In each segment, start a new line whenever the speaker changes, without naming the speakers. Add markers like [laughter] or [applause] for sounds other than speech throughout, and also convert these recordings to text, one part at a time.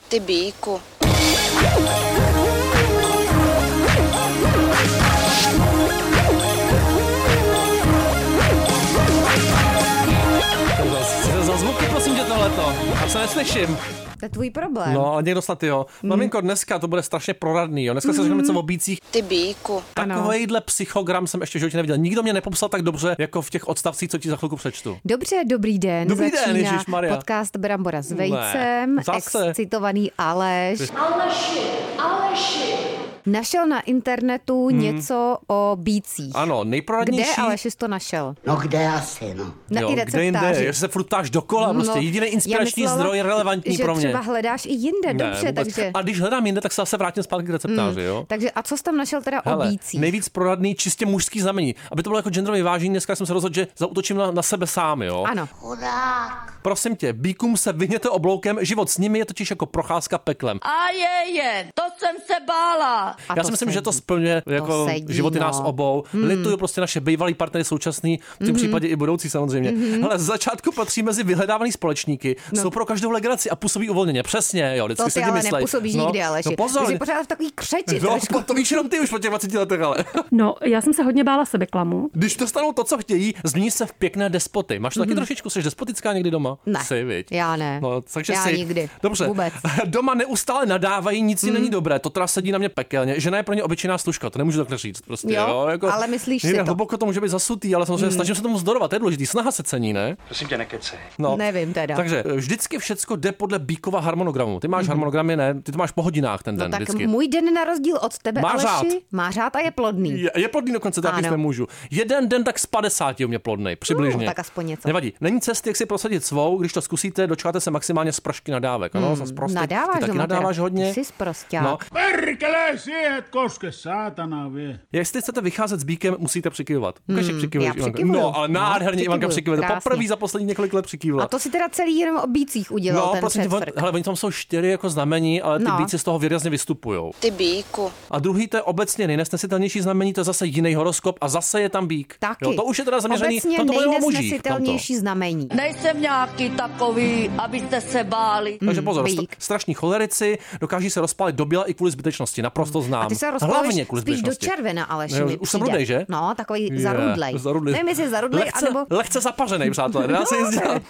вести бійку.
Za, za zvuky prosím tě tohleto. Já se neslyším.
To je tvůj problém.
No, někdo snad jo.
Hmm.
Maminko, dneska to bude strašně proradný. Jo. Dneska se řekneme něco o bících.
Ти бійку.
Ano.
Takovejhle psychogram jsem ještě v životě neviděl. Nikdo mě nepopsal tak dobře, jako v těch odstavcích, co ti za chvilku přečtu.
Dobře, dobrý den.
Dobrý den,
Začíná
Ježišmarja.
podcast Brambora s vejcem.
zase.
Excitovaný Aleš.
Алаши, Алаши.
Našel na internetu
Hmm.
něco o bících.
Ano,
Kde
nejproradnější.
Aleš jsi to našel?
No kde asi, no?
Na
jo,
i
kde jinde,
receptáři.
jestli se furt ptáš dokola, prostě
No,
jediný
já
inspirační
myslela,
zdroj relevantní
že
pro mě.
třeba hledáš i jinde,
Ne,
dobře,
vůbec.
takže...
A když hledám jinde, tak se zase vrátím zpátky k receptáři, jo?
Takže a co jsi tam našel teda o
Hele,
bících?
nejvíc proradný čistě mužský znamení. Aby to bylo jako genderově vážení, dneska jsem se rozhodl, že zautočím na, na sebe sám, jo?
Ano,
Chudák.
Prosím tě, bíkům se vyhněte obloukem, život s nimi je totiž jako procházka peklem.
А є, є, то цим се бала.
a
Já si myslím,
sedí.
že to splňuje jako
sedí,
životy
no. Hmm.
nás obou. Mm. Lituju prostě naše bývalý partnery současný, v tom případě i budoucí samozřejmě. Mm-hmm. Ale z začátku patří mezi vyhledávaný společníky, no. jsou pro každou legraci a působí uvolněně. Přesně, jo, vždycky
To
si
ty
ti
ale
myslej.
nepůsobíš
no,
nikdy, Aleši.
No pozor,
Jsi pořád v takový křeči
no,
trošku.
to víš jenom ty už po těch 20 letech, ale.
No, já jsem se hodně bála sebeklamu.
Když dostanou to, co chtějí, změní se v pěkné despoty. Máš to taky trošičku, jsi despotická někdy doma?
Mhm. Ne,
Jsi, viď?
já ne.
No, takže
Já
jsi.
nikdy.
Dobře.
Vůbec.
[laughs]
Mhm.
Doma neustále nadávají, nic jim není dobré. To teda sedí na mě pekelně. Žena je pro ně obyčejná služka, to nemůžu takhle říct. Prostě, jo,
Jo,
jako,
ale myslíš si
někde
to. Mhm.
hluboko to může být zasutý, ale samozřejmě snažím se tomu vzdorovat, to je důležitý. Snaha se cení, ne?
Prosím tě, nekecej.
No.
nevím teda. Mhm.
Takže eh, vždycky všecko jde podle Bíkova harmonogramu. Ty máš harmonogramy, ne? Ty to máš po hodinách ten den
No tak
vždycky.
můj den na rozdíl od tebe,
Má
Aleši,
řád.
má řád a je plodný.
Je, je plodný dokonce, to taky
Ano.
jsme můžu. Jeden den tak z 50 je u mě plodný, přibližně.
No, tak aspoň něco.
Nevadí. Není cesty, jak si prosadit svou, když to zkusíte, dočkáte se maximálně z pršky nadávek. Ano, zas prostě.
Mm, nadáváš
Ty taky
doma
nadáváš
teda.
hodně.
Ty jsi prostě. sprosťák.
No,
Perkele, siihen koske, saatana vie.
jestli chcete vycházet s bíkem, musíte přikývat. Ukaž, že
Mm, já
přikývuješ, Ivanko.
přikývuju.
No, ale
No,
nádherně Ivanka
přikývuju.
přikývuje.
Krásně.
Poprvé za poslední několik let přikývla.
A to si teda celý jenom o bících udělal
No,
ten
prosím tě, on,
předfrk.
hele, oni tam jsou čtyři jako znamení, ale ty
No.
bíci z toho výrazně vystupují.
Ти бійку.
A druhý, to je obecně nejnesnesitelnější znamení, to je zase jiný horoskop a zase je tam bík.
Taky.
Jo, to už je teda zaměřený,
Obecně
to bylo muží.
nejnesnesitelnější znamení.
Не сем някакви такови, аби сте се бали.
Takže pozor, sta-
Mm, bík.
strašní cholerici, dokáží se rozpálit do běla i kvůli zbytečnosti, naprosto znám.
Mm. A ty se
Hlavně
rozpaluješ
kvůli
spíš do
zbytečnosti.
červena, Aleši,
Jo,
mi
už jsem
přijde.
rudej, že?
No, takový
Je, [laughs]
zarudlej.
zarudlej.
Nevím, jestli zarudlej,
lehce,
anebo
lehce zapařenej, přátelé, nedá se nic
[laughs]
dělat.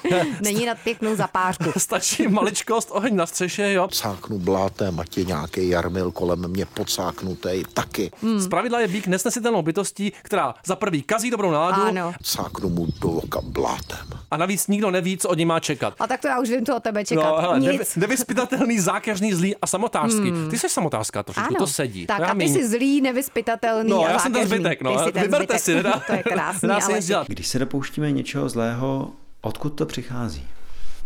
není nad
[laughs]
pěknou zapářku.
Stačí maličkost, oheň na střeše, jo.
cáknu blátem, ať je nějaký jarmil kolem mě pocáknutý taky.
Mm.
Z pravidla je bík nesnesitelnou bytostí, která za prvý kazí dobrou náladu
Ano.
Cáknu mu do oka blátem.
a navíc nikdo neví, co od ní má čekat.
A tak to já už vím, co od tebe čekat.
No, hele,
Nic. Hmm.
nevy- nevyspytatelný, zákeřný, zlý a samotářský. Ty jsi samotářská trošičku,
Ano.
to sedí.
Tak
to já
a ty
míň.
jsi zlý, nevyspytatelný
No,
a
já jsem ten
zákeřný.
zbytek,
Ty
no.
jsi ten
Vyberte
zbytek.
si, nedá,
[laughs] To
[laughs]
je krásný,
nedá se nic
Aleši.
dělat.
Když se dopouštíme něčeho zlého, odkud to přichází?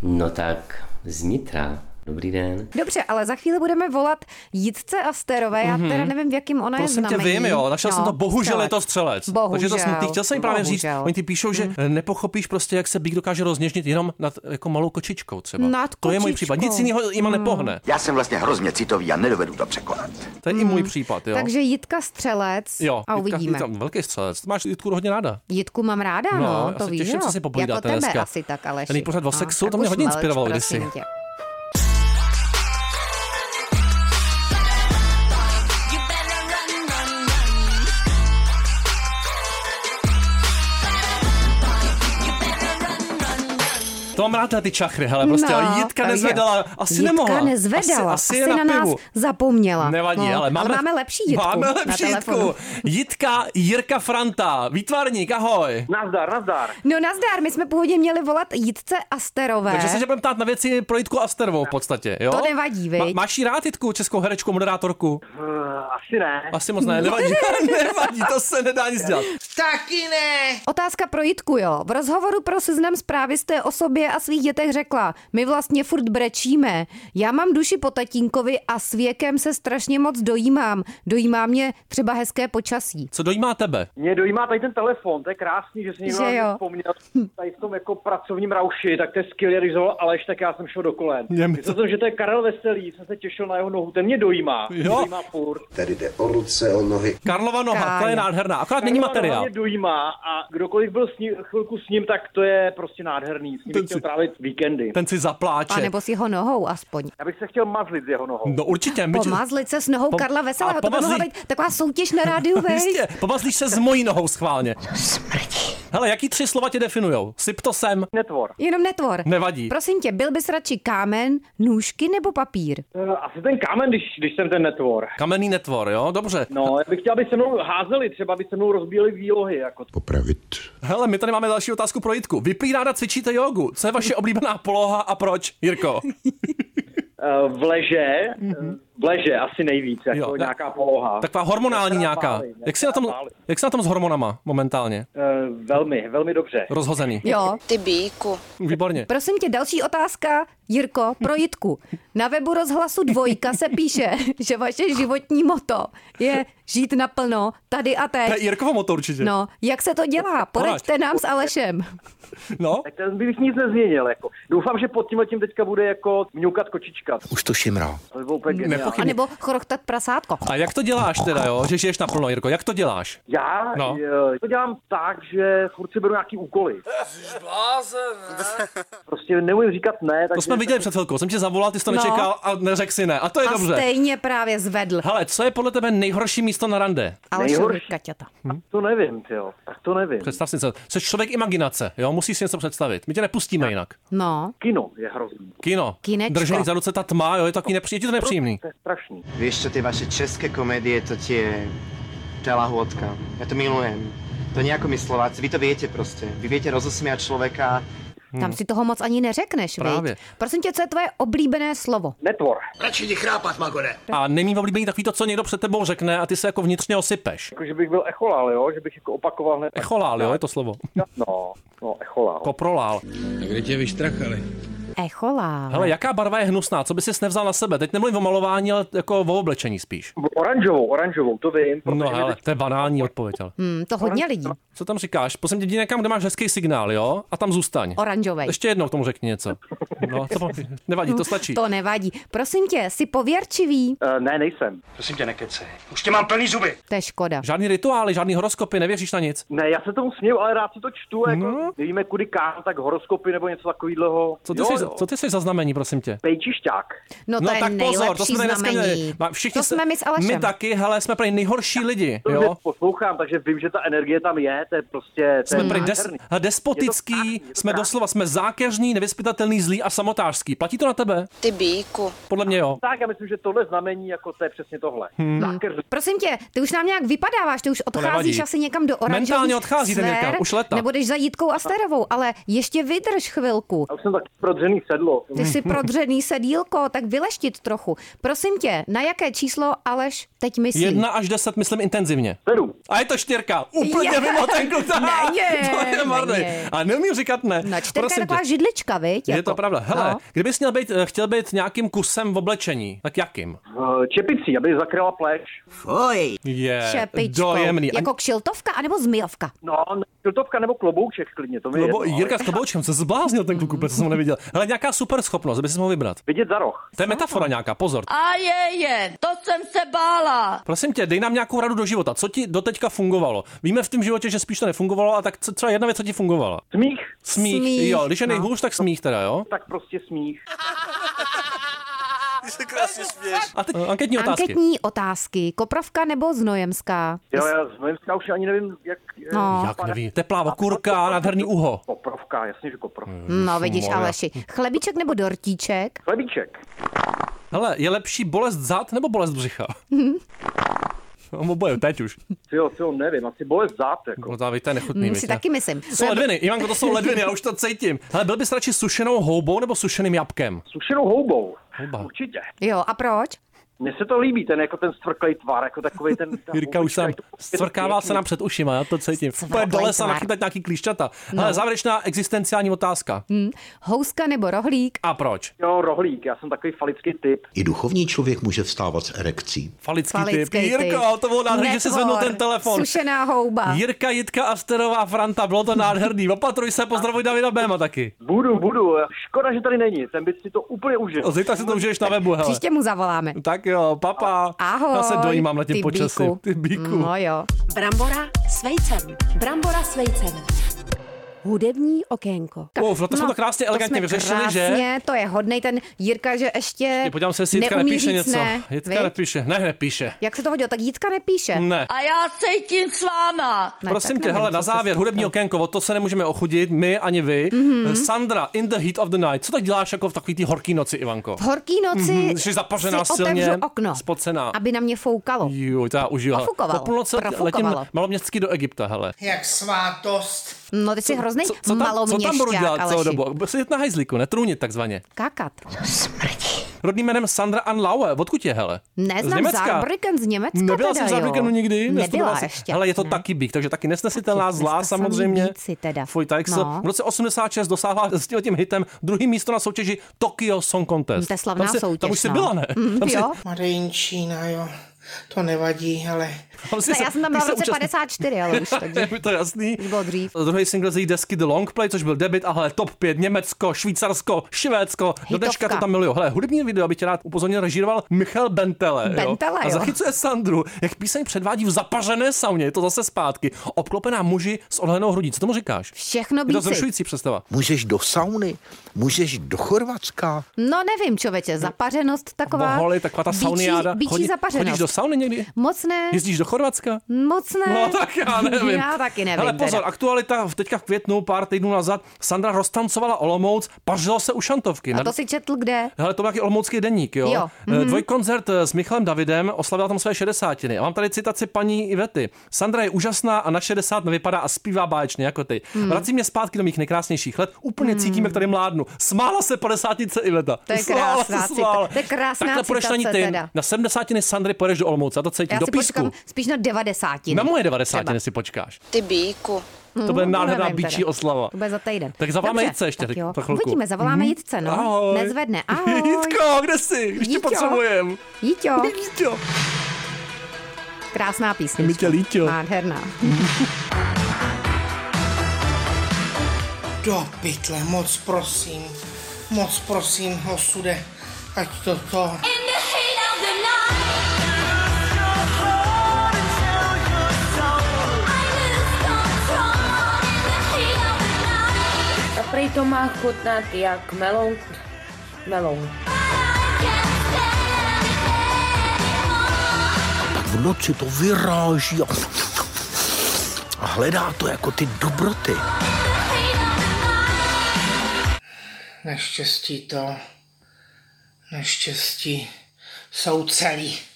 No tak, znitra. Dobrý den.
Dobře, ale za chvíli budeme volat Jitce a Sterové. Já teda nevím, v jakým
Mhm.
ona
Prosím
je
tě,
znamení. No,
vím, jo, našel jsem to, bohužel je to střelec.
Bohužel.
Takže je to smutný. Chtěl jsem jim právě říct,
bohužel. Hmm.
oni ty píšou, že eh, nepochopíš prostě, jak se bík dokáže rozněžnit jenom nad jako malou kočičkou třeba.
Nad
to je můj
kočičkou. Hmm.
případ. Nic jiného jima nepohne.
Já jsem vlastně hrozně citový a nedovedu to překonat.
To je i můj případ, jo.
Hmm. Takže Jitka Střelec
Jo,
a
Jitka-
uvidíme.
Jitka, velký střelec. Máš Jitku hodně ráda.
Jitku mám ráda, no,
No, já
to
se
víš,
těším,
jo.
co si popovídáte
Jako tebe
dneska.
asi tak, Aleši.
Ten pořad o
No,
sexu,
tak
to mě
už
hodně
mlč,
inspirovalo
prosím
kdysi.
tě.
To mám rád tyhle ty čachry, hele, prostě. ale Jitka
takže
nezvedala, asi
No, Jitka
nemohla.
nezvedala,
asi,
asi,
je
na, nás
pivu.
zapomněla.
Nevadí,
no,
ale, máme,
ale máme lepší Jitku
Máme
na
lepší
telefonu.
Jitku. Jitka Jirka Franta, výtvarník, ahoj.
Nazdar, nazdar.
No nazdar, my jsme původně měli volat Jitce Asterové.
Takže se tě budeme ptát na věci pro Jitku Asterovou v podstatě, jo?
To nevadí, viď?
máš jí rád Jitku, českou herečku, moderátorku?
Eh, Asi ne.
Asi moc ne,
[laughs]
nevadí, nevadí, to se nedá nic dělat.
Taky ne.
Otázka pro Jitku, jo. V rozhovoru pro seznam zprávy jste o sobě a svých dětech řekla, my vlastně furt brečíme. Já mám duši po tatínkovi a s věkem se strašně moc dojímám. Dojímá mě třeba hezké počasí.
Co dojímá tebe?
Mě dojímá tady ten telefon, to je krásný, že si někdo
Že
na mě
jo.
vzpomněl. Tady v tom jako pracovním rauši, tak to je skvělé, když zvolal Aleš, tak já jsem šel do kolen.
Je mi
Myslel jsem, že to je Karel Veselý, jsem se těšil na jeho nohu, ten mě dojímá.
Jo.
Dojímá furt.
Tady jde o ruce, o nohy.
Karlova noha, ta je
Kája.
nádherná, akorát není
Karlova noha
materiál.
Mě dojímá a kdokoliv byl s ním, chvilku s ním, tak to je prostě nádherný. S
Ten
ním bych
si-
chtěl trávit víkendy.
Ten si zapláče.
A nebo s jeho nohou aspoň.
Já bych se chtěl mazlit s jeho nohou.
No určitě. my-
Pomazlit se s nohou
Pom-
Karla Veselého,
a
to by mohla
pomazlí-
být taková soutěž na rádiu,
[laughs]
vej.
Jistě, pomazlíš se s mojí nohou schválně.
Smrdí.
Hele, jaký tři slova tě definujou? Syp to sem.
Netvor.
Jenom netvor.
Nevadí.
Prosím tě, byl bys radši kámen, nůžky nebo papír?
Eh, Asi ten kámen, když, když jsem ten netvor.
Kamenný netvor, jo? Dobře.
No, já bych chtěl, aby se mnou házeli, třeba aby se mnou rozbíjeli výlohy. Jako.
Popravit.
Hele, my tady máme další otázku pro Jitku. Vy prý ráda cvičíte jogu. Co je vaše oblíbená poloha a proč, Jirko?
Eh, V leže, eh, v leže asi nejvíc, jako
Jo, ne-
nějaká poloha.
Taková hormonální
Která
nějaká.
pálí, ne?
Jak jsi na tom,
Která pálí.
jak jsi na tom s hormonama momentálně?
Eh, Velmi, velmi dobře.
Rozhozený.
Jo.
Ty bíku.
Výborně.
Prosím tě, další otázka, Jirko, pro Jitku. Na webu rozhlasu dvojka se píše, [laughs] že vaše životní moto je žít naplno tady a
To
teď.
je Jirkovo moto určitě.
No, jak se to dělá? Poraďte nám s Alešem.
no?
Tak ten bych nic nezměnil. Jako. Doufám, že pod tímhle tím teďka bude jako mňukat kočička.
Už to šimrá.
To by bylo úplně geniální.
Nepochybně.
A nebo chrochtat prasátko.
A jak to děláš teda, jo? Že žiješ naplno, Jirko, jak to děláš?
Já
No.
no. to dělám tak, že furt si beru nějaký úkoly. Jsi blázen, ne? [laughs] Prostě neumím říkat ne.
To
takže-
jsme viděli před chvilkou, jsem tě zavolal, ty jsi to
No.
nečekal a neřekl si ne. A to je
A
dobře.
stejně právě zvedl.
Hele, co je podle tebe nejhorší místo na rande?
Alešovi
Nejhorší.
Kaťata.
To nevím, jo. Tak to nevím.
Představ si, co- jsi člověk imaginace, jo, musíš si něco představit. My tě nepustíme jinak.
No,
Kino je hrozný.
Kino.
Kinečko.
Držej za ruce ta tma, jo, je to takový nepří, je ti to nepříjemný.
To je strašný.
Vieš čo, tie vaše české komédie, to tie... Tá lahôdka. Ja to milujem. To nejako my Slováci, vy to viete proste. Vy viete rozosmiať človeka.
tam si toho moc ani neřekneš,
Hmm. Právě.
viď? Prosím tě, co je tvoje oblíbené slovo?
Netvor.
Radši jdi chrápat, Magone.
A nemý oblíbený takový to, co někdo před tebou řekne a ty se jako vnitřně osypeš.
Jako, že bych byl echolál, jo? Že bych jako opakoval hned.
Echolál, jo, je to slovo.
No, no, echolál.
Koprolál.
Echolá.
Hele, jaká barva je hnusná? Co by si nevzal na sebe? Teď nemluvím o malování, ale jako o oblečení spíš.
Oranžovou, oranžovou, to vím. protože
No
mi
hele,
teď-
to je banální odpověď, ale.
Hm, to hodně lidí.
Co tam říkáš? Prosím tě, jdi někam, kde máš hezký signál, jo? A tam zůstaň.
Oranžovej.
Ještě jednou k tomu řekni něco. No, to, nevadí, to stačí.
To nevadí. Prosím tě, jsi pověrčivý?
Eh, ne, nejsem.
Prosím ťa, nekecej. Už te mám plný zuby.
To je škoda.
Žádný rituály, žádný horoskopy, nevěříš na nic.
Ne, já se tomu směju, ale rád si to čtu. Jako,
No.
Nevíme, kudy kam, tak horoskopy nebo něco takového.
Co ty, jsi, co ty jsi za znamení, prosím tě?
Pejčišťák.
No, to je
tak pozor, to
nejlepší
jsme tady dneska měli.
znamení.
Ma- Všichni
to
se-
jsme my s Alešem.
My taky, hele, jsme prý nejhorší lidi,
To, že
jo?
poslouchám, takže vím, že ta energie tam je, to je prostě... To
Jsme
je
prý des,
nádherný.
hele,
Je to
despotický,
krásný, je to
jsme
krásný.
doslova, jsme zákeřní, nevyspytatelný, zlí a samotářský. Platí to na tebe?
Ty bíku.
Podle mě jo.
Tak, já myslím, že tohle znamení, jako to je přesně tohle. Hmm. Zákeř,
Prosím tě, ty už nám nějak vypadáváš, ty už odcházíš
nevadí.
asi někam do oranžových
Mentálně odchází ten
sfér,
Jirka, už leta.
Nebudeš za Jitkou a Sterovou, ale ještě vydrž chvilku.
já už jsem taky prodřený sedlo.
[laughs]
Ty jsi prodřený sedílko, tak vyleštit trochu. Prosím tě, na jaké číslo Aleš teď myslí?
Jedna až deset, myslím intenzivně.
Sedu.
A je to čtyřka. Úplně
Je.
mimo ten kluk.
Ne,
[laughs] to je
ne,
marný.
ne.
A neumím říkat ne.
No, čtyřka je
Prosím tě.
taková židlička, viď?
Je
jako.
to pravda. Hele,
No.
kdybys měl být, eh, chtěl být nějakým kusem v oblečení, tak jakým?
Eh, Čepicí, aby zakryla pleč.
Fuj.
Je
Šepičkou.
eh, dojemný.
Jako kšiltovka anebo zmijovka?
No, ne- kiltovka nebo klobouček klidně, to mi
Nebo
je jedno,
Jirka
ale
s kloboučkem se zbláznil ten kluk, úplně, co jsem ho neviděl. Hele, nějaká super schopnost, aby si mohl vybrat.
Vidět za roh.
To je metafora nějaká, pozor.
A je, je, to jsem se bála.
Prosím tě, dej nám nějakou radu do života. Co ti doteďka fungovalo? Víme v tom životě, že spíš to nefungovalo, a tak co, třeba jedna věc, co ti fungovala?
Smích,
Smích.
Smích,
jo, když je
no.
nejhůř, tak smích teda, jo?
tak prostě smích.
A teď eh, anketní otázky.
Anketní otázky. Koprovka nebo znojemská?
Jo, já z Vojenska už ani nevím, jak... eh,
No.
Jak neví? Teplá okurka, nádherný uho. Hmm.
Koprovka, jasně, že koprovka.
No, vidíš,
Moja.
Aleši. Chlebíček nebo dortíček?
Chlebíček.
Hele, je lepší bolest zad nebo bolest břicha? Hmm. Oboje, teď už.
Jo, jo, nevím, asi bolest zad, jako.
No, to je nechutný.
Hm,
viď,
si
ne?
taky myslím.
To Jsou ledviny, Ivanko, to jsou ledviny, já už to cítím. Ale byl bys radši sušenou houbou nebo sušeným jabkem?
Sušenou houbou.
Houba.
Určitě.
Jo, a proč?
Mně se to líbí, ten jako ten stvrklej tvar, jako
[laughs]
takový ten... ta
Jirka už
houbička,
sám
jak to prostě
stvrkává
pěkně.
se nám před ušima, já to cítím. Úplně do
Svrklej
lesa
tvar.
nachytat nějaký klíšťata.
No.
Ale závěrečná existenciální otázka.
Hmm. Houska nebo rohlík?
A proč?
Jo, rohlík, já jsem takový falický typ.
I duchovní člověk může vstávat s erekcí.
Falický,
Falický
typ. Jirko, to bylo nádherný, že si
Netvor,
zvednul ten telefon.
Sušená houba.
Jirka, Jitka, Asterová, Franta, bylo to nádherný. Opatruj se, pozdravuj Davida Béma taky.
Budu, budu. Škoda, že tady není, ten by si to úplně užil.
Zítra si to užiješ na webu, hele.
Příště mu zavoláme.
Tak jo, papa.
Ahoj.
Já se dojímám na tím
ty
počasí.
Bíku.
Ty bíku.
No jo.
Brambora s vejcem. Brambora s vejcem. Hudební okénko.
Tak, Uf, no to jsme to krásně elegantně
jsme
vyřešili, že?
krásně, to je hodnej ten Jirka, že ještě
Je, podívám se, jestli Jitka
neumí
nepíše
říct
něco.
Ne,
Jitka
viď?
nepíše. Ne, nepíše.
Jak se to hodilo, tak Jitka nepíše.
Ne.
A já cítím s váma.
Prosím tě, hele, na závěr, hudební okénko, o to se nemůžeme ochudit, my ani vy.
Mhm.
Sandra, in the heat of the night, co tak děláš jako v takový ty horký noci, Ivanko?
V horký noci
Mhm, jsi zapařená
si
silně,
otevřu okno,
spocená.
aby na mě foukalo.
Jo, to já užiju. hele.
Profukovalo,
Po půlnoci letím
profukovalo.
maloměstsky do Egypta, hele.
Jak svátost. No, ty jsi hrozný
co, co, tam, co tam budu dělat celou dobu? Sedět na hajzlíku, netrunit takzvaně.
Kakat.
Rodným jménem Sandra Ann Laue, odkud je, hele? z
Neznám
Německa.
Saarbrücken z Německa
Nebyla
teda,
jsem v Zábrikenu
jo.
nikdy. nestudoval
Nebyla
jsem-
ještě. Mhm.
Hele, je to taky bík, takže taky nesnesitelná, zlá samozřejmě.
Si teda.
Fuj, tak
No.
no. V roce 86 dosáhla s tím, tím hitem druhý místo na soutěži Tokyo Song Contest.
To je slavná
tam se,
soutěž,
Tam už jsi
no.
byla, ne? tam jsi-
Marinčína, jo. To nevadí, ale...
Tam jsi
Ne,
se-
já jsem tam
ty
byla v
jsi se
roce
účastnila-
54, ale už takže.
[laughs] je to jasný.
Bylo dřív.
Druhý single z její desky The Long Play, což byl debit, a hele, top 5, Německo, Švýcarsko, Švédsko, do dneška to
Hitovka.
tam miluju. Hele, hudební video, aby tě rád upozornil, režíroval Michal Bentele.
Bentele,
A
jo.
zachycuje Sandru, jak píseň předvádí v zapařené sauně, je to zase zpátky, obklopená muži s odhlenou hrudí. Co tomu říkáš?
Všechno
Je to
bíci.
zrušující představa.
Můžeš do sauny, můžeš do Chorvatska.
No nevím, člověče, zapařenost taková.
Boholi, taková ta
bičí-
sauniáda.
Bičí
Chodí-
zapařenost.
chodíš do sauny někdy?
Moc ne.
Jezdíš do Chorvatska?
Moc ne.
No tak já nevím.
[laughs] Já taky nevím.
Ale pozor,
teda.
aktualita v- teďka v květnu, pár týdnů nazad, Sandra roztancovala Olomouc, pařilo se u Šantovky.
A to si četl kde?
Hele, to byl nějaký olomoucký deník, jo?
Jo,
Eh,
mhm.
Dvojkoncert eh, s Michalem Davidem oslavila tam své šedesátiny. A mám tady citaci paní Ivety. Sandra je úžasná a na 60 nevypadá a zpívá báječně jako ty.
Mhm.
Vrací mě zpátky do mých nejkrásnějších let. Úplně cítím, jak tady mládnu. Smála se 50 Iveta.
Hmm. To je
Smála se,
krásná
smála.
cita- to je krásná
Takhle půjdeš na ní
citace
ty.
teda.
Na 70 Sandry pojedeš do Olomouce, já to cítím,
Já
do
si
písku.
počkám spíš na 90.
Na moje 90 si počkáš.
Ty bíku.
To bude nádherná bíčí oslava.
To bude za týden.
Tak zavoláme
Dobře,
Jitce ještě
tak
teď
jo.
za chvilku.
Uvidíme, zavoláme
Mhm.
Jitce, no.
Ahoj. [laughs]
Nezvedne. Ahoj.
Jitko, kde jsi? Když tě
Jitko.
potřebujem.
Jitko.
Jitko.
Krásná písnička.
Je mi tě líto.
Nádherná.
Do pytle, moc prosím. Moc prosím, osude. Ať to to...
A prej to má chutnat jak melon. Melon.
Tak v noci to vyráží a, a hledá to jako ty dobroty.
Neštěstí to... Neštěstí jsou celý.